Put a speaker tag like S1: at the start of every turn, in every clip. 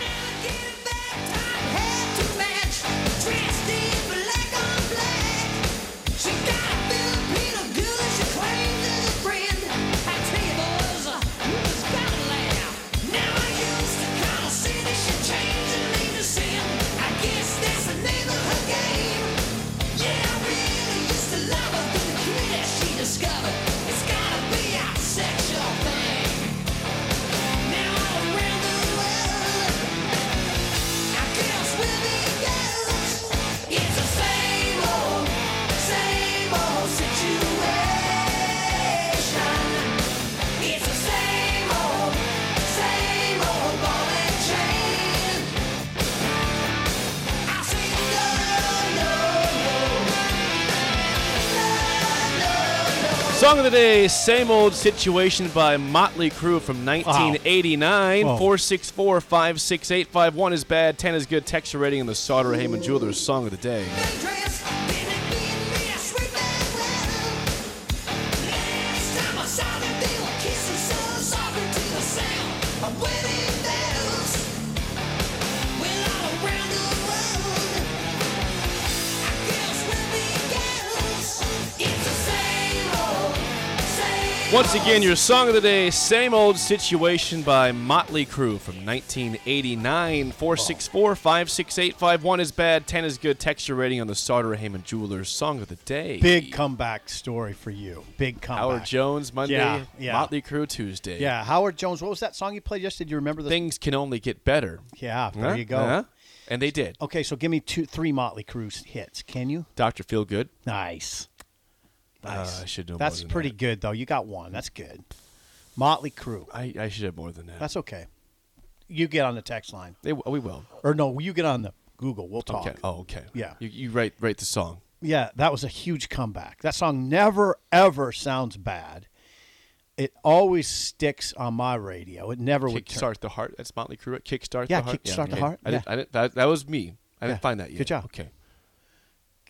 S1: navigated back time, had to match, dressed in black on black. She got Filipino good, she claims as a friend. I tell you, boys, you just gotta laugh. Now I used to call city, she changed her name to sin. I guess that's the name of her game. Yeah, I really used to love her, but the kid that she discovered, it's gotta be a sexual thing. Now all around the world, our girls will be girls. It's the same old, same old situation. It's the same old, same old ball and chain. I say no, no,
S2: Song of the day, Same Old Situation by Motley Crue from 1989.
S3: Wow.
S2: 464 56851 is bad, 10 is good. Texture rating in the Sauter Heyman Jewelers Song of the Day.
S1: Big dress, been it being me, I sweep that well. Last time I saw them, they were kissing so softly to the sound of wedding bells. Well, all around the world, our girls will be girls. It's the same old, same
S2: Once
S1: old
S2: again, your song of the day, Same Old Situation by Motley Crue from 1989. 464 56851 is bad, 10 is good. Texture rating on the Sauter Heyman Jewelers Song of the Day.
S4: Big comeback story for you. Big comeback.
S2: Howard Jones Monday,
S4: Yeah, yeah.
S2: Motley Crue Tuesday.
S4: Yeah, Howard Jones. What was that song you played yesterday? Do you remember the?
S2: Things can only get better.
S4: Yeah, there
S2: Huh?
S4: you go.
S2: Huh? And they did.
S4: Okay, so give me two, three Motley Crue hits. Can you?
S2: Dr. Feelgood.
S4: Nice. Nice.
S2: Uh, I should know more
S4: That's
S2: than
S4: pretty
S2: that.
S4: good though. You got one. That's good. Motley Crue.
S2: I, I should have more than that.
S4: That's okay. You get on the text line,
S2: They- we will.
S4: or no, you get on the Google. We'll talk.
S2: Okay. Oh, okay.
S4: Yeah.
S2: You, you write write the song.
S4: Yeah, that was a huge comeback. That song never ever sounds bad. It always sticks on my radio. It never would turn.
S2: Kickstart the heart. That's Motley Crue. right? Kickstart
S4: Yeah,
S2: the heart.
S4: Kickstart the
S2: okay.
S4: Heart,
S2: I didn't,
S4: yeah.
S2: I didn't, that, that was me. I didn't
S4: Yeah.
S2: find that yet.
S4: Good job.
S2: Okay.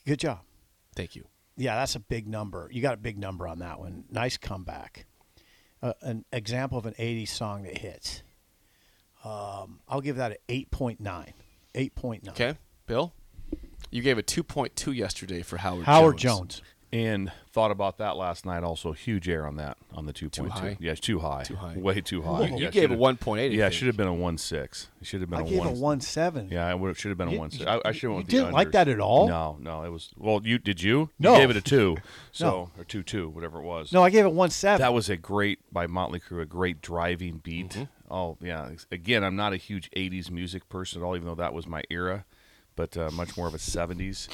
S4: Good job.
S2: Thank you.
S4: Yeah, that's a big number. You got a big number on that one. Nice comeback. Uh, an example of an 80s song that hits. Um, I'll give that an 8.9. 8.9.
S2: Okay. Bill, you gave a 2.2 yesterday for Howard
S4: Howard
S2: Jones.
S4: Jones.
S5: and thought about that last night. Also, huge error on that on the two point
S2: high?
S5: two. Yeah, it's too high.
S2: Too high.
S5: Way too
S2: You-
S5: high. Yeah,
S2: you
S5: it
S2: gave
S5: should've-
S2: a 1.8, I
S5: Yeah, it
S2: think.
S5: should have been a one six. It should have been
S4: I
S5: a
S4: gave
S5: one.
S4: a 1.7.
S5: Yeah, it should have been a
S4: You-
S5: one six.
S4: you-
S5: I, I should have
S4: you
S5: went. with the
S4: didn't like
S5: unders.
S4: that at all?
S5: No, no, it was. Well, you did you?
S4: No.
S5: you gave it a two. So or two two, whatever it was.
S4: No, I gave it 1.7.
S5: that was a great by Motley Crue, a great driving beat.
S2: Mm-hmm.
S5: Oh yeah, again, I'm not a huge '80s music person at all, even though that was my era, but uh, much more of a '70s.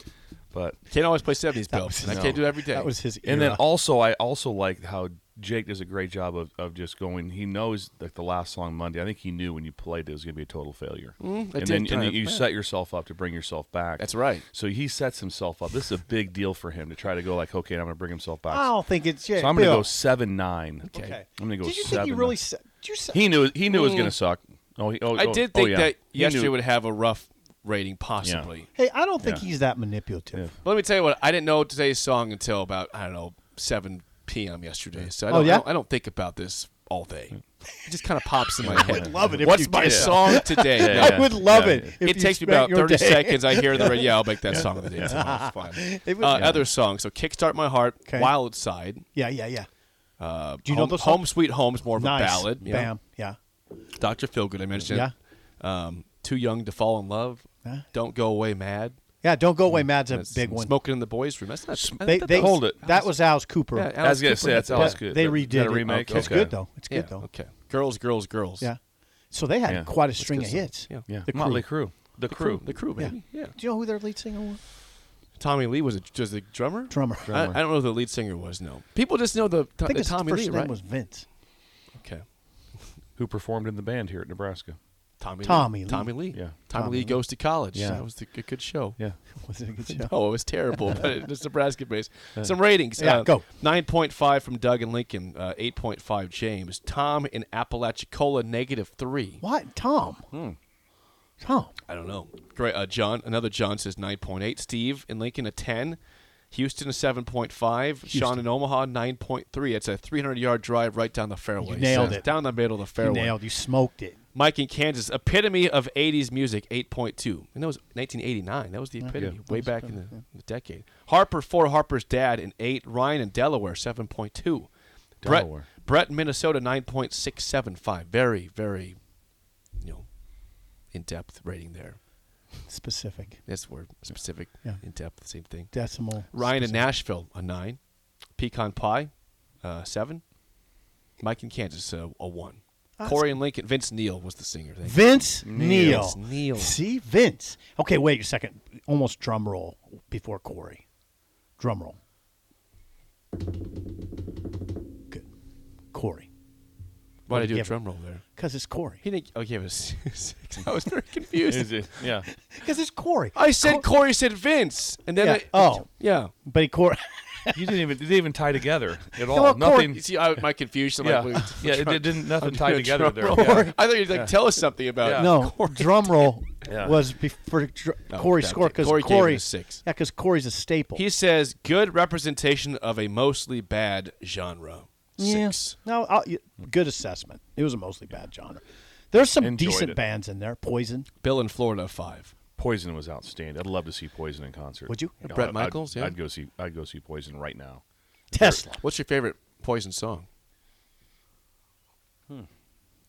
S5: But
S2: Can't always play 70s, Bill.
S4: was
S2: and I
S5: his-
S2: can't do it every day.
S4: that was his
S5: And then
S4: era.
S5: also, I also like how Jake does a great job of, of just going. He knows like the last song Monday. I think he knew when you played it, it was going to be a total failure.
S2: I
S5: and
S2: did
S5: then, and
S2: kinda-
S5: you
S2: yeah.
S5: set yourself up to bring yourself back.
S2: That's right.
S5: So he sets himself up. This is a big deal for him to try to go like, okay, I'm going to bring himself back.
S4: I don't think it's. Yeah,
S5: so I'm going to
S4: Oh, Bill.
S5: go seven nine.
S2: Okay.
S4: Okay.
S5: I'm going to go.
S4: Did you
S5: seven,
S4: think you
S5: nine.
S4: really. Se- did you se-
S5: He knew. He knew it was going to suck. Oh, he, oh,
S2: I
S5: oh,
S2: did
S5: oh,
S2: think
S5: yeah.
S2: that
S5: He
S2: yesterday
S5: knew.
S2: would have a rough rating, possibly.
S4: hey, I don't think
S5: Yeah.
S4: he's that manipulative.
S2: But let me tell you what, I didn't know today's song until about, I don't know, 7 p.m. yesterday. So I
S4: Oh,
S2: don't,
S4: yeah?
S2: I don't, I don't think about this all day. It just kind of pops in my head.
S4: love it if
S2: What's
S4: you
S2: my
S4: did.
S2: song today?
S5: Yeah,
S2: No,
S5: yeah.
S4: I would love
S5: Yeah.
S4: it. if
S2: it
S4: you
S2: takes me
S4: spent
S2: about
S4: your
S2: 30
S4: day-
S2: seconds. I hear the radio. Yeah, I'll make that song of the day. tomorrow. It's
S4: It
S2: fine.
S4: would-
S2: Uh,
S4: Yeah.
S2: Other songs. So Kickstart My Heart,
S4: Okay.
S2: Wild Side.
S4: Yeah, yeah, yeah. Uh, Do you know
S2: Home,
S4: those songs?
S2: Home Sweet Home's more of
S4: nice.
S2: a ballad. you know.
S4: Bam. Yeah.
S2: Dr. Feelgood, I mentioned.
S4: Yeah.
S2: Um, Too Young to Fall in Love.
S4: Yeah.
S2: Don't Go Away Mad.
S4: Yeah. Don't go away. Mad's a
S2: That's
S4: big one.
S2: Smoking in the Boys' Room. That's not. I
S4: They,
S2: thought
S4: they
S2: that was-
S5: Hold it.
S4: That was Al's Cooper.
S2: Yeah,
S5: I was going to
S2: Alex
S5: say
S2: Cooper
S5: that's
S2: did
S5: Alice
S2: that.
S5: Good.
S4: They
S5: That-
S4: redid
S5: that
S4: it.
S5: remake.
S4: It's
S5: Okay.
S4: good though. It's good
S2: yeah,
S4: though.
S2: Okay. Girls, girls, girls.
S4: Yeah. So they had
S5: Yeah.
S4: quite a string of
S2: good
S4: hits.
S2: stuff.
S5: Yeah,
S4: The crew.
S5: Motley Crew. The, crew.
S2: The crew,
S4: Yeah.
S2: baby. Yeah.
S4: Do you know who their lead singer was?
S2: Tommy Lee was a, was a drummer.
S4: Drummer.
S2: I, I don't know who the lead singer was. No. People just know the,
S4: I think
S2: the
S4: his
S2: Uh, Tommy
S4: first
S2: Lee,
S4: name
S2: right?
S4: was Vince.
S2: okay.
S5: who performed in the band here at Nebraska.
S2: Tommy
S4: Tommy
S2: Lee.
S4: Lee.
S2: Tommy Lee.
S5: Yeah.
S2: Tommy Lee goes to college.
S4: Yeah.
S2: That was the, a good show.
S5: Yeah.
S4: Was it a good show?
S2: Oh, it was terrible, but it- it's Nebraska based. Some ratings. Uh,
S4: Yeah, go.
S2: 9.5 from Doug and Lincoln, uh, 8.5 James. Tom in Apalachicola, negative 3.
S4: What? Tom. Tom.
S2: I don't know. Great. Uh, John, another John says 9.8. Steve in Lincoln, a 10. Houston, a 7.5. Sean in Omaha, 9.3. It's a 300 yard drive right down the fairway.
S4: You nailed
S2: So it's
S4: it.
S2: Down the middle of the
S4: You
S2: fairway.
S4: nailed. You smoked it.
S2: Mike in Kansas, epitome of 80s music, 8.2. And that was 1989. That was the epitome, way back in the, the decade. Harper, for Harper's dad, in 8. Ryan in Delaware, 7.2.
S5: Delaware.
S2: Brett, Brett in Minnesota, 9.675. Very, very, you know, in depth rating there.
S4: Specific.
S2: That's word specific,
S4: Yeah.
S2: in depth, same thing.
S4: Decimal.
S2: Ryan in Nashville, a 9. Pecan Pie, uh, 7. Mike in Kansas, a, a 1. Corey and Lincoln, Vince Neal was the singer. Thank you.
S4: Vince Neal.
S2: Vince Neal.
S4: See Vince. Okay, wait a second. Almost drum roll before Corey. Drum roll. Good. Corey.
S2: Why'd I do a
S4: give-
S2: drum roll there?
S4: Because it's Corey.
S2: He didn't. Okay, it was six. I was very confused.
S5: Is it? Yeah.
S4: Because it's Corey.
S2: I said Corey said Vince, and then
S4: Yeah.
S2: I,
S4: Oh.
S2: yeah.
S4: But he Corey.
S5: You didn't even. It didn't even tie together at all.
S4: well, Corey-
S5: nothing.
S2: You see, I, my confusion.
S5: yeah.
S2: Like, we-
S5: yeah. It, it didn't. Nothing
S2: I'm
S5: tied
S2: doing a
S5: together there.
S2: drum roll.
S5: Yeah.
S2: I thought you'd like tell us something about.
S5: Yeah.
S4: no, oh, drum roll
S5: Yeah.
S4: was before dr-
S2: No,
S4: Corey's
S2: that-
S4: score because
S2: Corey
S4: Corey,
S2: gave it a six.
S4: Yeah, because Corey's a staple.
S2: He says good representation of a mostly bad genre.
S4: Yeah.
S2: Six.
S4: No, I'll, y- good assessment. It was a mostly bad genre. There's some
S5: Enjoyed
S4: decent
S5: it.
S4: bands in there. Poison.
S2: Bill in Florida five.
S5: Poison was outstanding. I'd love to see Poison in concert.
S4: Would you?
S5: know,
S2: Bret
S5: I'd-
S2: Michaels,
S5: I'd,
S2: yeah.
S5: I'd go see. I'd go see Poison right now.
S4: Tesla.
S2: What's your favorite Poison song?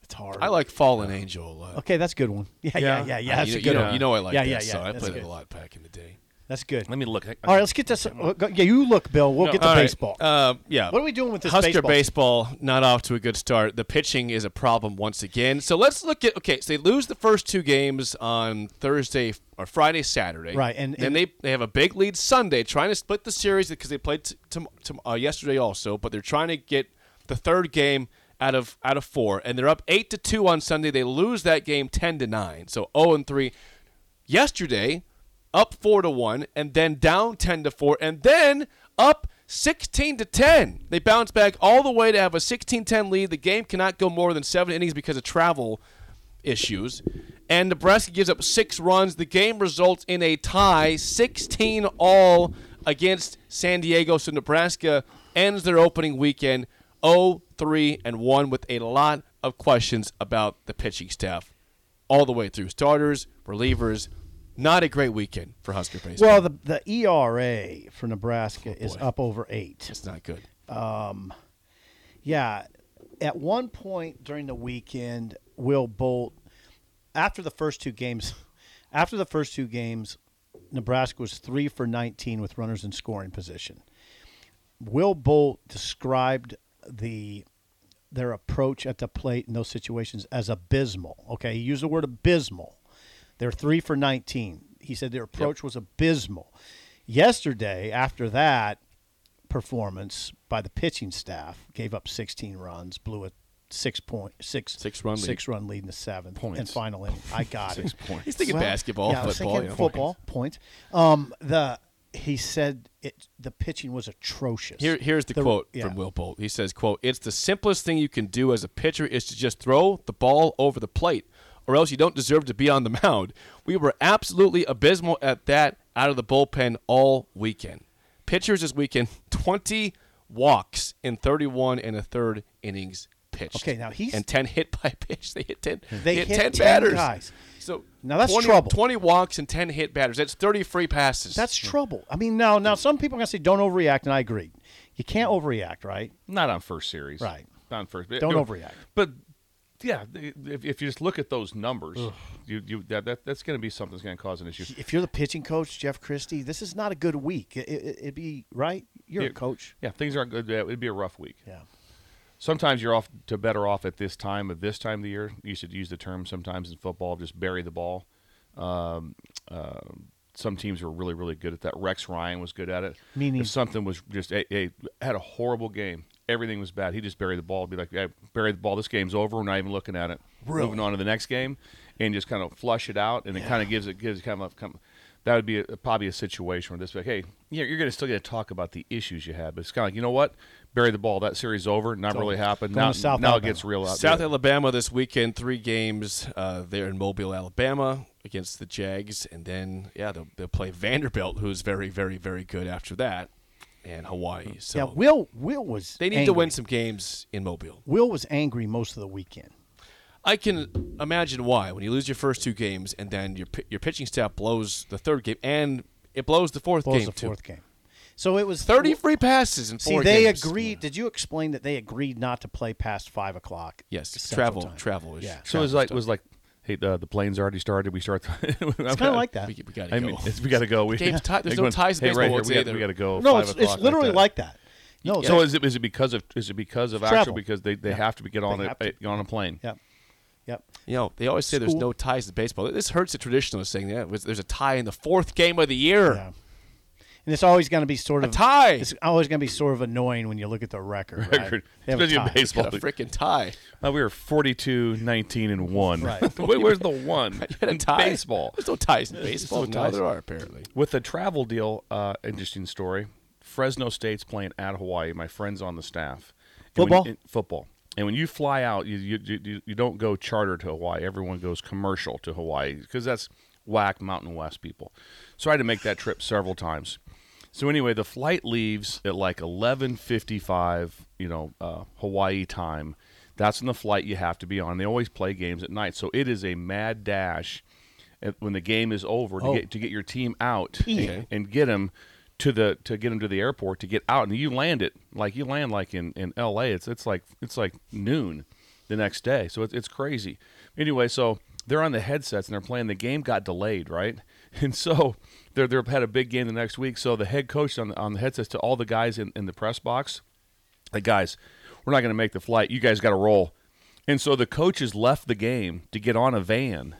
S4: It's hard.
S2: I like Fallen Angel a lot.
S4: Okay, that's a good one. Yeah, yeah, yeah, yeah.
S2: Uh,
S4: that's
S2: you,
S4: a
S2: you
S4: good
S2: know,
S4: one.
S2: you know I like
S4: yeah,
S2: that
S4: yeah, yeah,
S2: song. I
S4: that's
S2: played it a
S4: good.
S2: lot back in the day.
S4: That's good.
S5: Let me look. I-
S4: All right, let's get this. uh, go- yeah, you look, Bill. We'll get to
S2: All right.
S4: baseball.
S2: Uh, yeah.
S4: What are we doing with this
S2: Husker
S4: baseball?
S2: not off to a good start. The pitching is a problem once again. So let's look at okay. So they lose the first two games on Thursday or Friday, Saturday.
S4: Right, and-
S2: then
S4: and-
S2: they they have a big lead Sunday, trying to split the series because they played t- tom tom- uh, yesterday also, but they're trying to get the third game out of out of four, and they're up eight to two on Sunday. They lose that game ten to nine, so zero and three. Yesterday, up four to one, and then down ten to four, and then up. 16 to 10. They bounce back all the way to have a 16-10 lead. The game cannot go more than 7 innings because of travel issues. And Nebraska gives up six runs. The game results in a tie, 16 all against San Diego. So Nebraska ends their opening weekend 0 3 and 1 with a lot of questions about the pitching staff all the way through. Starters, relievers, not a great weekend for Husker baseball.
S4: well, the, the ERA for Nebraska is
S2: Oh, boy.
S4: up over eight.
S2: it's not good.
S4: Yeah. At one point during the weekend, Will Bolt, after the first two games, after the first two games, Nebraska was three for 19 with runners in scoring position. Will Bolt described the their approach at the plate in those situations as abysmal. Okay, he used the word abysmal. They're three for 19. He said their approach was abysmal. Yesterday, after that, performance by the pitching staff. Gave up 16 runs, blew a six point six
S2: Six run lead.
S4: six run lead in the seventh
S5: Points.
S4: and final inning. I got
S5: Six
S4: it.
S5: points.
S2: He's thinking
S4: Well,
S2: basketball,
S4: yeah, I was
S2: football.
S4: thinking
S2: you know.
S4: football points. Um, the he said it. The pitching was atrocious.
S2: Here, here's the,
S4: The-
S2: quote
S4: yeah.
S2: from Will Bolt. He says, "quote It's the simplest thing you can do as a pitcher is to just throw the ball over the plate, or else you don't deserve to be on the mound. We were absolutely abysmal at that out of the bullpen all weekend. Pitchers this weekend, 20 walks in 31 and a third innings pitched.
S4: Okay, now he's-
S2: and 10 hit by pitch. They hit 10.
S4: They
S2: hit
S4: hit
S2: 10,
S4: 10
S2: batters.
S4: guys.
S2: So
S4: Now that's
S2: 20
S4: trouble.
S2: 20 walks and 10 hit batters. That's 30 free passes.
S4: That's trouble. I mean, now now some people are gonna say don't overreact, and I agree. You can't overreact, right?
S5: Not on first series.
S4: Right.
S5: Not on first.
S4: Don't
S5: no,
S4: overreact.
S5: But yeah, if, if you just look at those numbers, you, you that, that that's going to be something that's going to cause an issue.
S4: If you're the pitching coach, Jeff Christie, this is not a good week. It, it, it'd be right. You're a
S5: Yeah.
S4: coach.
S5: Yeah, things aren't good. It'd be a rough week.
S4: Yeah.
S5: Sometimes you're off to better off at this time of this time of the year. You should use the term sometimes in football, just bury the ball. Um, uh, some teams were really, really good at that. Rex Ryan was good at it.
S4: Meaning-
S5: if something was just a, a had a horrible game, everything was bad. He just buried the ball, be like, yeah, bury the ball. This game's over. We're not even looking at it.
S4: Really?
S5: moving on to the next game, and just kind of flush it out, and it kind of gives it gives kind of a, come- that would be a, probably a situation where this like, hey, yeah, you're going to still get to talk about the issues you had, but it's kind of like, you know what, bury the ball. That series over. Not really happened.
S4: Going to
S5: Now,
S4: South
S5: now it
S4: Alabama.
S5: gets real out
S2: South
S5: there.
S2: Alabama this weekend, three games uh, there in Mobile, Alabama against the Jags, and then yeah, they'll, they'll play Vanderbilt, who's very, very, very good after that, and Hawaii. So
S4: yeah, Will Will was
S2: they need to
S4: angry.
S2: win some games in Mobile.
S4: Will was angry most of the weekend.
S2: I can imagine why when you lose your first two games, and then your pi- your pitching staff blows the third game, and it blows the fourth
S4: Blows
S2: game
S4: the fourth game. So it was
S2: too. Thirty free passes in
S4: See,
S2: four
S4: they
S2: games.
S4: agreed. Did you explain that they agreed not to play past five o'clock?
S2: Yes,
S4: Central
S2: travel,
S4: Time?
S2: travel is.
S4: Yeah.
S5: So it was like was like, hey, the, the plane's already started. We start. it's
S4: It's kind of like that.
S2: We, we gotta
S5: I
S2: go.
S5: mean, it's, we got to go. We,
S2: Game's ti- there's
S5: like
S2: no
S5: going,
S2: ties in
S5: Hey, right
S2: baseball
S5: here,
S2: words
S5: we got,
S2: either.
S5: we got to go.
S4: No,
S5: five
S4: it's, it's
S5: o'clock
S4: literally
S5: that.
S4: like that. No,
S5: So
S4: it's-
S5: is it is it because of is it because of
S4: Travel.
S5: actual because they, they have to be get on
S4: They
S5: a,
S4: have to.
S5: get on a plane?
S4: Yep. Yep.
S2: You know, they always say there's
S4: School.
S2: no ties to baseball. This hurts the traditionalist saying that was- there's a tie in the fourth game of the year.
S4: Yeah. And it's always going to be sort of
S2: tie.
S4: It's always going to be sort of annoying when you look at the record.
S5: Record.
S4: Right? They have a
S5: Especially in
S4: tie.
S5: baseball.
S2: Got a freaking tie.
S5: Uh, we were 42, 19, and one.
S4: Right.
S5: Where- where's the one
S2: You had a
S5: in
S2: tie.
S5: baseball?
S2: There's no ties in baseball.
S5: no
S2: No,
S5: ties.
S2: there are apparently.
S5: With the travel deal, uh, interesting story. Fresno State's playing at Hawaii. My friend's on the staff. And when-
S4: Football?
S5: and- football. And when you fly out, you you, you you don't go charter to Hawaii. Everyone goes commercial to Hawaii because that's whack Mountain West people. So I had to make that trip several times. So anyway, the flight leaves at like eleven fifty five, you know, uh, Hawaii time. That's when the flight you have to be on. They always play games at night, so it is a mad dash at- when the game is over to get to get your team out and, and get them to the to get them to the airport to get out and you land it like you land like in in LA it's it's like it's like noon the next day so it's it's crazy anyway so they're on the headsets and they're playing the game got delayed right and so they're they're had a big game the next week so the head coach on the, on the headsets to all the guys in, in the press box like guys we're not going to make the flight you guys got to roll and so the coaches left the game to get on a van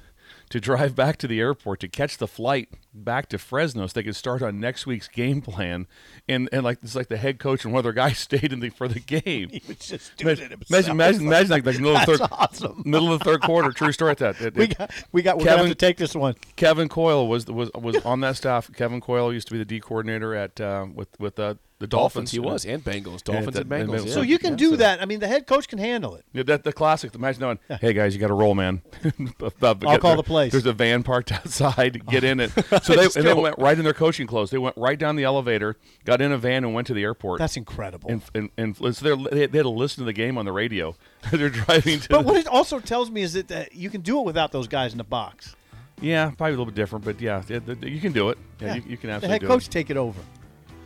S5: to drive back to the airport to catch the flight back to Fresno so they could start on next week's game plan. And and like it's like the head coach and one of their guys stayed in the for the game.
S4: He was just doing
S5: Imagine,
S4: it himself.
S5: imagine, imagine, imagine, like, like middle of the
S4: That's
S5: third,
S4: awesome.
S5: middle of the third quarter. True story. at That, that
S4: We got. We got. We're going to
S5: Kevin-
S4: have to take this one.
S5: Kevin Coyle was was was on that staff. Kevin Coyle used to be the D coordinator at um, with with uh, the
S2: Dolphins,
S5: Dolphins.
S2: he was, and Bengals.
S5: Yeah,
S2: Dolphins
S5: that-
S2: and Bengals.
S5: that-
S2: yeah.
S4: So you can
S5: yeah,
S4: do
S5: so-
S4: that. I mean, the head coach can handle it.
S5: Yeah, that the classic. Imagine knowing, hey guys, you got to roll, man. I'll
S4: I'll call the plays.
S5: There's a van parked outside. Get in it. So they and they went right in their coaching clothes. They went right down the elevator, got in a van, and went to the airport.
S4: That's incredible.
S5: and, and, and so they're, they, they had to listen to the game on the radio. they're driving to.
S4: but
S5: the-
S4: what it also tells me is that, that you can do it without those guys in the box.
S5: yeah, probably a little bit different, but yeah, yeah, th- th- you can do it. Yeah, You, you can
S4: the
S5: absolutely
S4: head
S5: do
S4: coach
S5: it.
S4: take it over.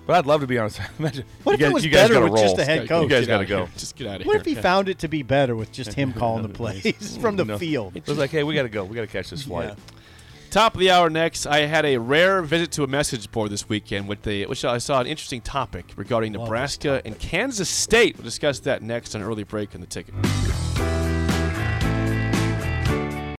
S5: But I'd love to be honest. Imagine
S4: What
S5: you
S4: if it
S5: guys-
S4: was
S5: you guys
S4: better
S5: gotta
S4: with just
S5: roll.
S4: the head
S5: You
S4: coach?
S5: guys
S2: Get
S5: got
S2: out
S5: to
S2: of here.
S5: go.
S2: Just get out of
S4: What
S2: here.
S4: if he found it to be better with just him calling the plays from the
S5: No.
S4: field?
S5: It was like, hey, we got to go. We got to catch this flight.
S2: Top of the hour next. I had a rare visit to a message board this weekend, with the, which I saw an interesting topic regarding Nebraska and Kansas State. We'll discuss that next on early break in the ticket.